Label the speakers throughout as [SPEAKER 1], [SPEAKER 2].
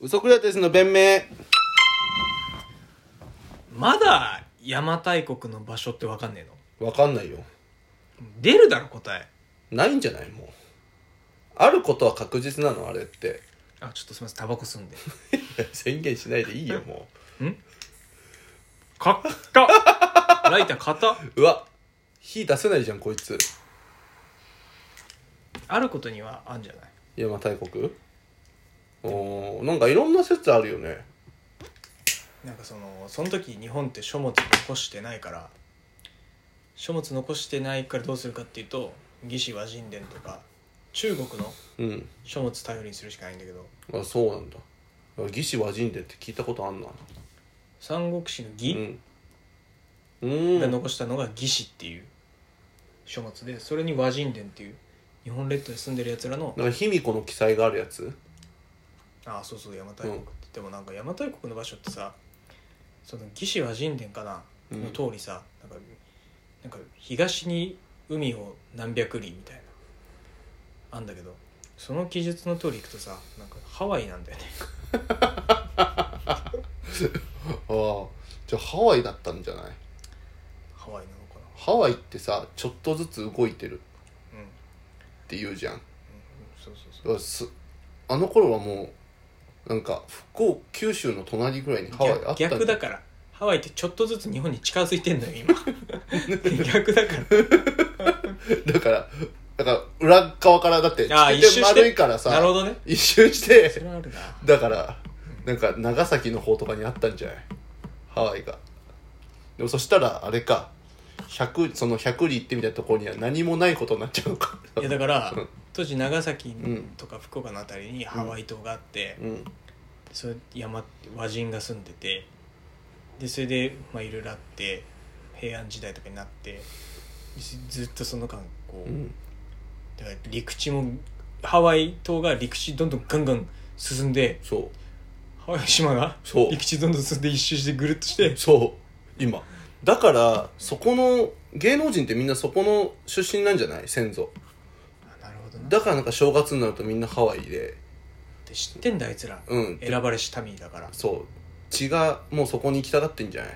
[SPEAKER 1] ウソクラテスの弁明
[SPEAKER 2] まだ邪馬台国の場所って分かんね
[SPEAKER 1] わかんないよ
[SPEAKER 2] えの出るだろ答え
[SPEAKER 1] ないんじゃないもうあることは確実なのあれって
[SPEAKER 2] あちょっとすみませんタバコ吸うんで
[SPEAKER 1] 宣言しないでいいよも
[SPEAKER 2] かったライターかった
[SPEAKER 1] ううわ火出せないじゃんこいつ
[SPEAKER 2] あることにはあんじゃない
[SPEAKER 1] 邪馬台国おーなんかいろんな説あるよね
[SPEAKER 2] なんかそのその時日本って書物残してないから書物残してないからどうするかっていうと魏志和人伝とか中国の
[SPEAKER 1] うん
[SPEAKER 2] 書物頼りにするしかないんだけど
[SPEAKER 1] あそうなんだ魏志和人伝って聞いたことあんな
[SPEAKER 2] 三国志の
[SPEAKER 1] う
[SPEAKER 2] 魏、
[SPEAKER 1] んう
[SPEAKER 2] が
[SPEAKER 1] ーん
[SPEAKER 2] 残したのが「魏志」っていう書物でそれに和人伝っていう日本列島に住んでるやつらの
[SPEAKER 1] なんか卑弥呼の記載があるやつ
[SPEAKER 2] ああそうそう邪馬台国って、でもなんか邪馬台国の場所ってさその魏志和人伝かな
[SPEAKER 1] うん
[SPEAKER 2] の通りさ、なんかなんか東に海を何百里みたいなあんだけどその記述の通りいくとさなんかハワイなんだよね
[SPEAKER 1] ああじゃあハワイだったんじゃない
[SPEAKER 2] ハワイなのかな
[SPEAKER 1] ハワイってさちょっとずつ動いてる
[SPEAKER 2] うん、うん、
[SPEAKER 1] って言うじゃん
[SPEAKER 2] そうそうそう
[SPEAKER 1] だからすあの頃はもうなんか福岡九州の隣ぐらいにハワイあったん
[SPEAKER 2] 逆逆だからハワイってちょっとずつ日本に近づいてんの よ今逆だから
[SPEAKER 1] だからだから裏側からだって
[SPEAKER 2] ああ
[SPEAKER 1] 地
[SPEAKER 2] 一周
[SPEAKER 1] 球
[SPEAKER 2] して
[SPEAKER 1] 丸いから
[SPEAKER 2] なるほ
[SPEAKER 1] さ
[SPEAKER 2] どね
[SPEAKER 1] 一周し
[SPEAKER 2] そ
[SPEAKER 1] て
[SPEAKER 2] れはあるな
[SPEAKER 1] だからなんか長崎の方とかにあったんじゃないハワイがでもそしたらあれか100その100里行ってみたいなところには何もないことになっちゃうのか
[SPEAKER 2] いやだから当時長崎
[SPEAKER 1] ん
[SPEAKER 2] とか福岡のあたりにハワイ島があって、
[SPEAKER 1] うん
[SPEAKER 2] それ山和人が住んでてでそれでまあいろいろあって平安時代とかになってずずっとその間こう、
[SPEAKER 1] うん
[SPEAKER 2] だから陸地もハワイ島が陸地どんどんガンガン進んで
[SPEAKER 1] そう
[SPEAKER 2] ハワイの島が
[SPEAKER 1] そう
[SPEAKER 2] 陸地どんどん進んで一周してぐるっとし て
[SPEAKER 1] そう今だからそこの芸能人ってみんなそこの出身なんじゃない先祖
[SPEAKER 2] あなるほどなだ
[SPEAKER 1] だからなんか正月になるとみんなハワイで
[SPEAKER 2] って知ってんだあいつら、
[SPEAKER 1] うん
[SPEAKER 2] 選ばれし民だから
[SPEAKER 1] そう血がもうそこに行きたがってんじゃない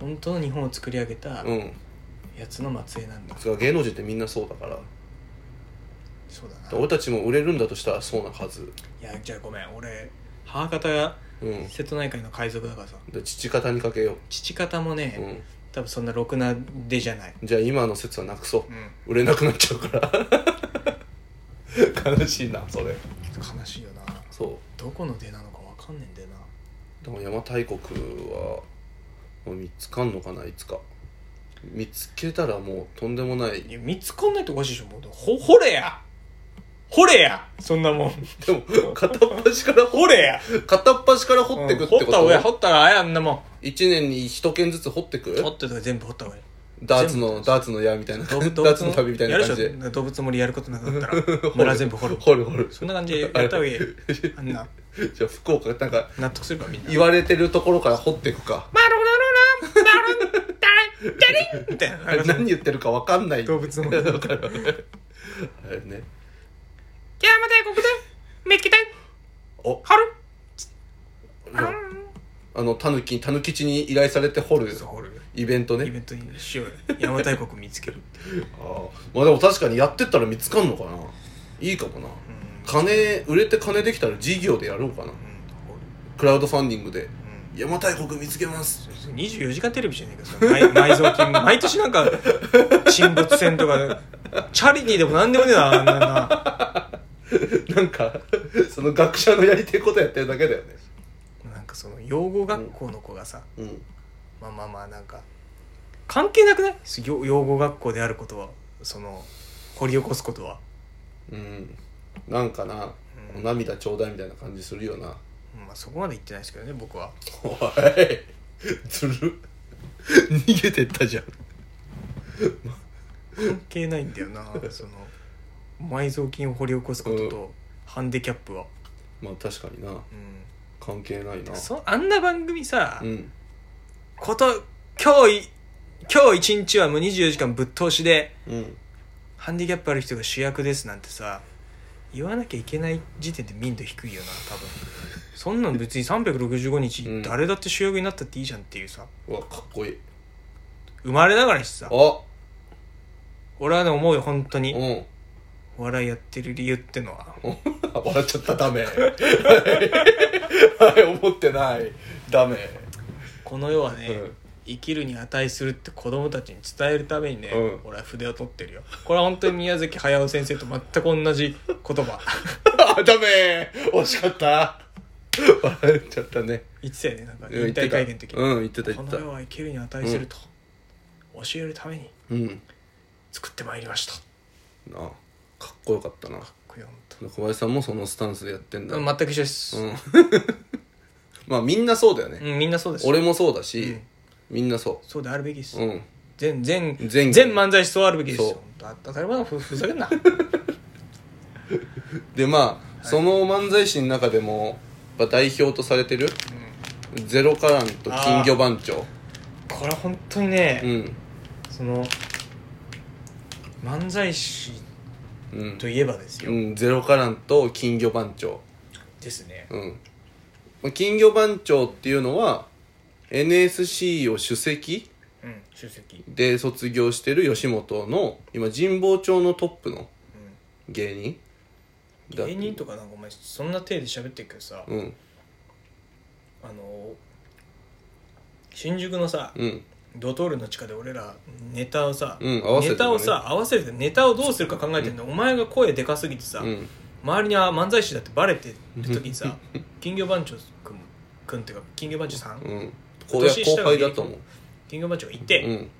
[SPEAKER 2] 本当の日本を作り上げた
[SPEAKER 1] うん
[SPEAKER 2] やつの末裔なんだ、
[SPEAKER 1] それは芸能人ってみんなそうだから
[SPEAKER 2] そうだな
[SPEAKER 1] 俺たちも売れるんだとしたらそうなはず
[SPEAKER 2] いやじゃあごめん俺母方が
[SPEAKER 1] うん
[SPEAKER 2] 瀬戸内海の海賊だからさ
[SPEAKER 1] で父方にかけよ
[SPEAKER 2] 父方もね、
[SPEAKER 1] う、うん、
[SPEAKER 2] 多分そんなろくな出じゃない、、
[SPEAKER 1] じゃあ今の説はなくそううん売れなくなっちゃうから 悲しいなそれ
[SPEAKER 2] 悲しいよな
[SPEAKER 1] そう
[SPEAKER 2] どこの出なのかわかんねえんだよな
[SPEAKER 1] でも邪馬台国はもう見つかんのかないつか見つけたらもうとんでもない
[SPEAKER 2] いや見つかんないとおかしいでしょもうほ掘れや掘れやそんな もん
[SPEAKER 1] でも片っ端から掘
[SPEAKER 2] 掘れや
[SPEAKER 1] 片っ端から掘ってくって
[SPEAKER 2] う
[SPEAKER 1] こ
[SPEAKER 2] ん掘った
[SPEAKER 1] と
[SPEAKER 2] 方がいい掘った方がいいあんなもん
[SPEAKER 1] 1年に1件ずつ掘ってく
[SPEAKER 2] 掘ってとか全部掘った方 がいい
[SPEAKER 1] ダーツのダーツの矢みたいな
[SPEAKER 2] 動
[SPEAKER 1] 感じ
[SPEAKER 2] 物
[SPEAKER 1] ダーツの旅みたいな
[SPEAKER 2] やる
[SPEAKER 1] 感じで
[SPEAKER 2] でしょ動物もりやることな くなったら村全部掘る
[SPEAKER 1] 掘る掘る
[SPEAKER 2] そんな感じでやった方 がいいよあんな
[SPEAKER 1] じゃあ福岡なんか
[SPEAKER 2] 納得すればみんな
[SPEAKER 1] 言われてるところから掘っていくか
[SPEAKER 2] マロロロラマロンダリンみたい
[SPEAKER 1] あれ
[SPEAKER 2] な
[SPEAKER 1] 何言ってるか分かんない
[SPEAKER 2] 動物の森
[SPEAKER 1] 分かるあれね
[SPEAKER 2] 邪馬台国で見つけた
[SPEAKER 1] お
[SPEAKER 2] 掘る
[SPEAKER 1] あのタヌキタヌキ地に依頼されて掘る
[SPEAKER 2] 掘る
[SPEAKER 1] イベントね
[SPEAKER 2] イベントにしようよ邪馬台国見つけるって
[SPEAKER 1] ああまあでも確かにやってったら見つかんのかないいかもな
[SPEAKER 2] うん
[SPEAKER 1] 金売れて金できたら事業でやろうかな
[SPEAKER 2] うん掘る
[SPEAKER 1] クラウドファンディングで
[SPEAKER 2] うん
[SPEAKER 1] 邪馬台国見つけます
[SPEAKER 2] そうそう24時間テレビじゃねえかその埋埋蔵金毎年なんか沈没船とかチャリティーでもなんでもねえなあんなな
[SPEAKER 1] なんかその学者のやりてえことやってるだけだよね
[SPEAKER 2] なんかその養護学校の子がさ、
[SPEAKER 1] うん
[SPEAKER 2] まあまあまあなんか関係なくない養養護学校であることはその掘り起こすことは
[SPEAKER 1] うんなんかな、
[SPEAKER 2] うん
[SPEAKER 1] お涙ちょうだいみたいな感じするよな
[SPEAKER 2] まあそこまで言ってないですけどね僕は
[SPEAKER 1] おいずる逃げてったじゃん
[SPEAKER 2] 関係ないんだ よなその埋蔵金を掘り起こすこととハンディキャップは、
[SPEAKER 1] まあ確かにな
[SPEAKER 2] う、
[SPEAKER 1] 関係ないなん
[SPEAKER 2] そあんな番組さ、
[SPEAKER 1] うん
[SPEAKER 2] こと今日い今日一日はもう24時間ぶっ通しで
[SPEAKER 1] うん
[SPEAKER 2] ハンディキャップある人が主役ですなんてさ言わなきゃいけない時点で民度低いよな多分そんなん別に365
[SPEAKER 1] うん
[SPEAKER 2] 日誰だって主役になったっていいじゃんっていうさ
[SPEAKER 1] うわかっこいい
[SPEAKER 2] 生まれながらにしてさ
[SPEAKER 1] あ
[SPEAKER 2] 俺はね思うよ本当
[SPEAKER 1] う
[SPEAKER 2] に
[SPEAKER 1] ん
[SPEAKER 2] お笑いやってる理由ってのは
[SPEAKER 1] 笑っちゃったダメはい思ってないダメ
[SPEAKER 2] この世はね、
[SPEAKER 1] うん
[SPEAKER 2] 生きるに値するって子供たちに伝えるためにね、
[SPEAKER 1] うん
[SPEAKER 2] 俺は筆を取ってるよこれは本当に宮崎駿先生と全く同じ言葉
[SPEAKER 1] あダメ惜しかった笑っちゃったね
[SPEAKER 2] 言ってたよねなんか引
[SPEAKER 1] うん言って
[SPEAKER 2] 退
[SPEAKER 1] た
[SPEAKER 2] 会見の時に、
[SPEAKER 1] うん言ってた言
[SPEAKER 2] こ
[SPEAKER 1] っ
[SPEAKER 2] の
[SPEAKER 1] てた
[SPEAKER 2] 世は生きるに値すると、教えるために
[SPEAKER 1] うん
[SPEAKER 2] 作ってまいりましたか
[SPEAKER 1] なあかっこよかったな
[SPEAKER 2] っこいいよ
[SPEAKER 1] 小林さんもそのスタンスでやってんだ、
[SPEAKER 2] 本当全く一緒です、
[SPEAKER 1] うん まあみんなそうだよね、
[SPEAKER 2] うんみんなそうです
[SPEAKER 1] 俺もそうだし、
[SPEAKER 2] うん
[SPEAKER 1] みんなそ
[SPEAKER 2] そうであるべきです、
[SPEAKER 1] ううん
[SPEAKER 2] 全全
[SPEAKER 1] 全
[SPEAKER 2] 全漫才師そうあるべきです
[SPEAKER 1] そう
[SPEAKER 2] よだ当たり前のふふざけ んな
[SPEAKER 1] でまあ、その漫才師の中でもやっぱ代表とされてる、ゼロカランと金魚番長
[SPEAKER 2] これは本当にね、
[SPEAKER 1] うん
[SPEAKER 2] その漫才師
[SPEAKER 1] うん
[SPEAKER 2] といえばですよ、
[SPEAKER 1] うん、ゼロカランと金魚番長、
[SPEAKER 2] ですね
[SPEAKER 1] うんまあ、金魚番長っていうのは NSC を首席
[SPEAKER 2] うん出席
[SPEAKER 1] で卒業してる吉本の今神保町のトップの芸人だ
[SPEAKER 2] 芸人とかなんかお前そんな体で喋ってるけどさ、
[SPEAKER 1] うん
[SPEAKER 2] あの新宿のさ、
[SPEAKER 1] うん
[SPEAKER 2] ドトールの地下で俺らネタをさ、
[SPEAKER 1] うん合わせて
[SPEAKER 2] ネ
[SPEAKER 1] たね
[SPEAKER 2] タをさ合わせるってネタをどうするか考えてんの、お前が声でかすぎてさ、
[SPEAKER 1] うん
[SPEAKER 2] 周りには漫才師だってバレてる時 にさ金魚番長くんくんっていうか金魚番長さん、
[SPEAKER 1] うんこれは後輩だと思う
[SPEAKER 2] 金魚番長がいて、
[SPEAKER 1] うん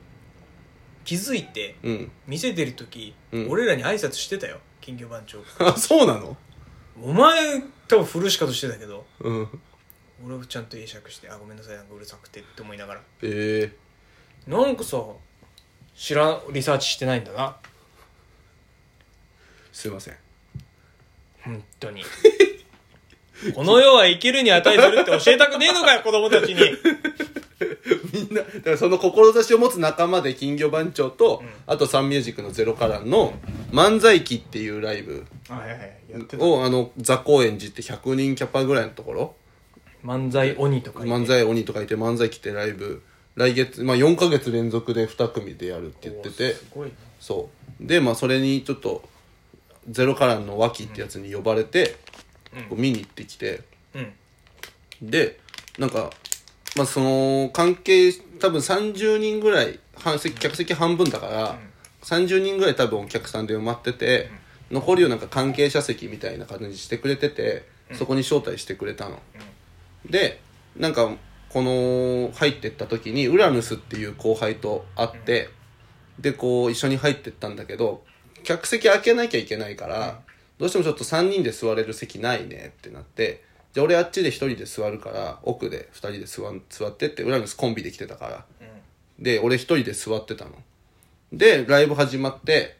[SPEAKER 2] 気づいて
[SPEAKER 1] うん
[SPEAKER 2] 店出る時、
[SPEAKER 1] うん
[SPEAKER 2] 俺らに挨拶してたよ金魚番長
[SPEAKER 1] あそうなの
[SPEAKER 2] お前多分古しかとしてたけど
[SPEAKER 1] うん
[SPEAKER 2] 俺はちゃんと会釈してあごめんなさいなんかうるさくてって思いながら
[SPEAKER 1] ええ
[SPEAKER 2] なんかさ知らんリサーチしてないんだな
[SPEAKER 1] すいません
[SPEAKER 2] 本当 にこの世は生きるに値するって教えたくねえのかよ子供たちに
[SPEAKER 1] みんなだからその志を持つ仲間で金魚番長と、
[SPEAKER 2] うん
[SPEAKER 1] あとサンミュージックの「ゼロからの漫才期っていうライブ
[SPEAKER 2] はいはいはいやってた
[SPEAKER 1] をあの座高円寺って100人キャパぐらいのところ
[SPEAKER 2] 漫才鬼とかいて
[SPEAKER 1] 漫才鬼と書いて漫才期ってライブ来月、まあ、4ヶ月連続で2組でやるって言って
[SPEAKER 2] おー
[SPEAKER 1] て
[SPEAKER 2] すごいな
[SPEAKER 1] そうでまあそれにちょっと「ゼロからの脇」ってやつに呼ばれて、
[SPEAKER 2] うん
[SPEAKER 1] こう見に行ってきて
[SPEAKER 2] うん
[SPEAKER 1] でなんか、まあ、その関係多分30人ぐらい半席客席半分だから、30人ぐらい多分お客さんで埋まってて、残りをなんか関係者席みたいな感じにしてくれてて、そこに招待してくれたの、でなんかこの入ってった時にウラヌスっていう後輩と会って、でこう一緒に入ってったんだけど客席開けなきゃいけないから、どうしてもちょっと3人で座れる席ないねってなってじゃあ俺あっちで1人で座るから奥で2人で座ん座ってってウラヌスコンビで来てたからで俺1人で座ってたのでライブ始まって、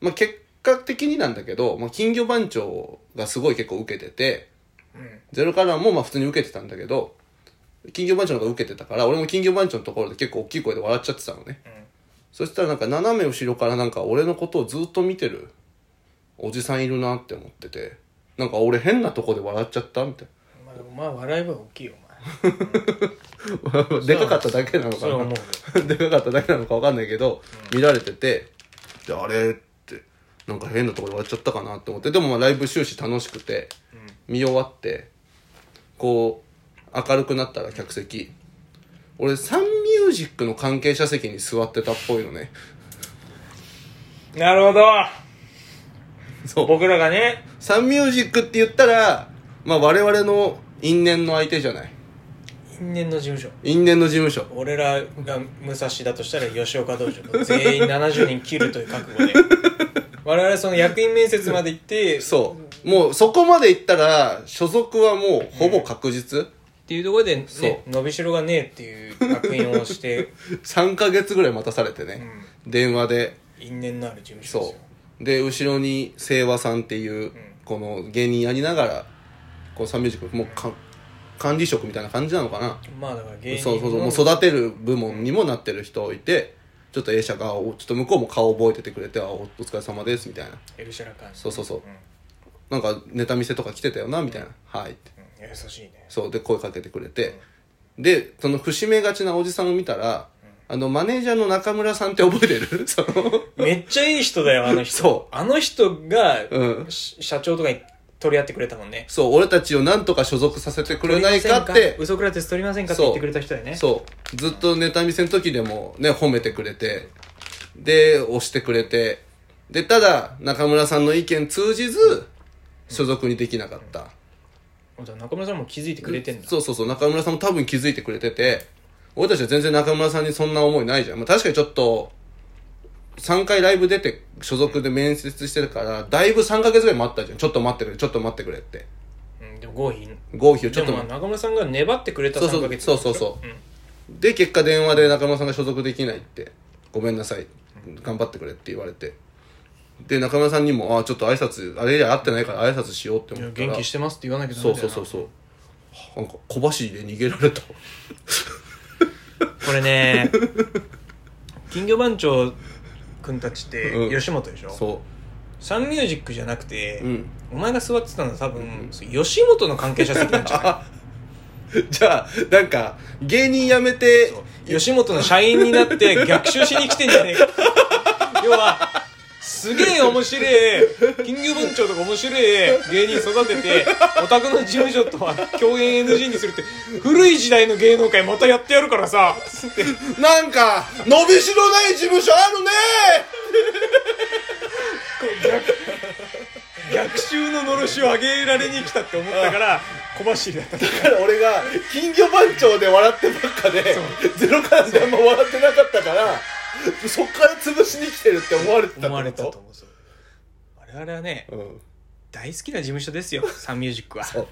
[SPEAKER 1] まあ、結果的になんだけど、まあ、金魚番長がすごい結構受けてて
[SPEAKER 2] うん
[SPEAKER 1] ゼロカラーもまあ普通に受けてたんだけど金魚番長の方が受けてたから俺も金魚番長のところで結構大きい声で笑っちゃってたのね、そしたらなんか斜め後ろからなんか俺のことをずっと見てるおじさんいるなって思っててなんか俺変なとこで笑っちゃったみたい
[SPEAKER 2] お前お前笑い声大きいよ
[SPEAKER 1] な でかかっただけなの
[SPEAKER 2] お前
[SPEAKER 1] か
[SPEAKER 2] それは
[SPEAKER 1] な
[SPEAKER 2] 思うよ
[SPEAKER 1] でかかっただけなのか分かんないけど、見られててであれってなんか変なとこで笑っちゃったかなって思ってでもまあライブ終始楽しくて、見終わってこう明るくなったら客席俺サンミュージックの関係者席に座ってたっぽいの ね
[SPEAKER 2] なるほど
[SPEAKER 1] そう
[SPEAKER 2] 僕らがね
[SPEAKER 1] サンミュージックって言ったら、まあ、我々の因縁の相手じゃない
[SPEAKER 2] 因縁の事務所
[SPEAKER 1] 因縁の事務所
[SPEAKER 2] 俺らが武蔵だとしたら吉岡道場全員70人 切るという覚悟で我々その役員面接まで行ってっ
[SPEAKER 1] そうもうそこまでいったら所属はもうほぼ確実、
[SPEAKER 2] ていうところで、ね
[SPEAKER 1] そう、
[SPEAKER 2] 伸びしろがねえっていう確認をして
[SPEAKER 1] 3ヶ月ぐらい待たされてね、電話で
[SPEAKER 2] 因縁のある事務所ですよ
[SPEAKER 1] そうで後ろに清和さんっていう、この芸人やりながらこうサンミュージックもうか管理職みたいな感じなのかな
[SPEAKER 2] まあだから芸人
[SPEAKER 1] そうそうそうもう育てる部門にもなってる人いてちょっと A 社がちょっと向こうも顔覚えててくれて「あおお疲れ様です」みたいな
[SPEAKER 2] エルシャラ感
[SPEAKER 1] そうそうそう、なんかネタ見せとか来てたよなみたいな「はい」って
[SPEAKER 2] うん、優しいね
[SPEAKER 1] そうで声かけてくれて、でその節目がちなおじさんを見たら、あのマネージャーの中村さんって覚えてる その
[SPEAKER 2] めっちゃいい人だよあの人
[SPEAKER 1] そ
[SPEAKER 2] あの人が、
[SPEAKER 1] うん
[SPEAKER 2] し社長とかに取り合ってくれたもんね
[SPEAKER 1] そう俺たちをなんとか所属させてくれないかっ
[SPEAKER 2] 取りません
[SPEAKER 1] て
[SPEAKER 2] ウソクラテス取りませんかって
[SPEAKER 1] そう
[SPEAKER 2] 言ってくれた人だよね
[SPEAKER 1] そうずっとネタ見せの時でもね褒めてくれてで押してくれてでただ中村さんの意見通じず所属にできなかった、
[SPEAKER 2] あ中村さんも気づいてくれてんだ
[SPEAKER 1] そうそうそう中村さんも多分気づいてくれてて俺たちは全然中村さんにそんな思いないじゃん、まあ、確かにちょっと3回ライブ出て所属で面接してるからだいぶ3ヶ月ぐらい待ったじゃんちょっと待ってくれちょっと待ってくれって
[SPEAKER 2] うん、でも合否
[SPEAKER 1] 合否をち
[SPEAKER 2] で
[SPEAKER 1] ょっと
[SPEAKER 2] も
[SPEAKER 1] 待
[SPEAKER 2] まあ
[SPEAKER 1] って
[SPEAKER 2] 中村さんが粘ってくれた
[SPEAKER 1] そうそう
[SPEAKER 2] 3ヶ月
[SPEAKER 1] そうそうそうんで結果電話で中村さんが所属できないってごめんなさい頑張ってくれって言われてで中村さんにもあちょっと挨拶あれ以来会ってないから挨拶しようって
[SPEAKER 2] い
[SPEAKER 1] 思
[SPEAKER 2] や
[SPEAKER 1] ったら
[SPEAKER 2] 元気してますって言わなきゃダ
[SPEAKER 1] そ
[SPEAKER 2] メだ
[SPEAKER 1] う
[SPEAKER 2] よな
[SPEAKER 1] そうそうそうなんか小走りで逃げられた
[SPEAKER 2] これ ね金魚番長君たちって
[SPEAKER 1] うん
[SPEAKER 2] 吉本でしょ、
[SPEAKER 1] そ
[SPEAKER 2] サンミュージックじゃなくて、
[SPEAKER 1] ううん
[SPEAKER 2] お前が座ってたのは多分、そう吉本の関係者席なんじゃない
[SPEAKER 1] あじゃあなんか芸人辞めて
[SPEAKER 2] そう 吉本の社員になって逆襲しに来てんじゃねえか要はすげえ面白え金魚番長とか面白え芸人育ててオタクの事務所とは共演 NG にするって古い時代の芸能界またやってやるからさつって
[SPEAKER 1] なんか伸びしろない事務所あるね
[SPEAKER 2] 逆襲ののろしを上げられに来たって思ったから小走りだった
[SPEAKER 1] だから俺が金魚番長で笑ってばっかでゼロからでも笑ってなかったからそっから潰しに来てるって思われてたってこと
[SPEAKER 2] 思われたと思うそう我々はね
[SPEAKER 1] うん
[SPEAKER 2] 大好きな事務所ですよサンミュージックは
[SPEAKER 1] そう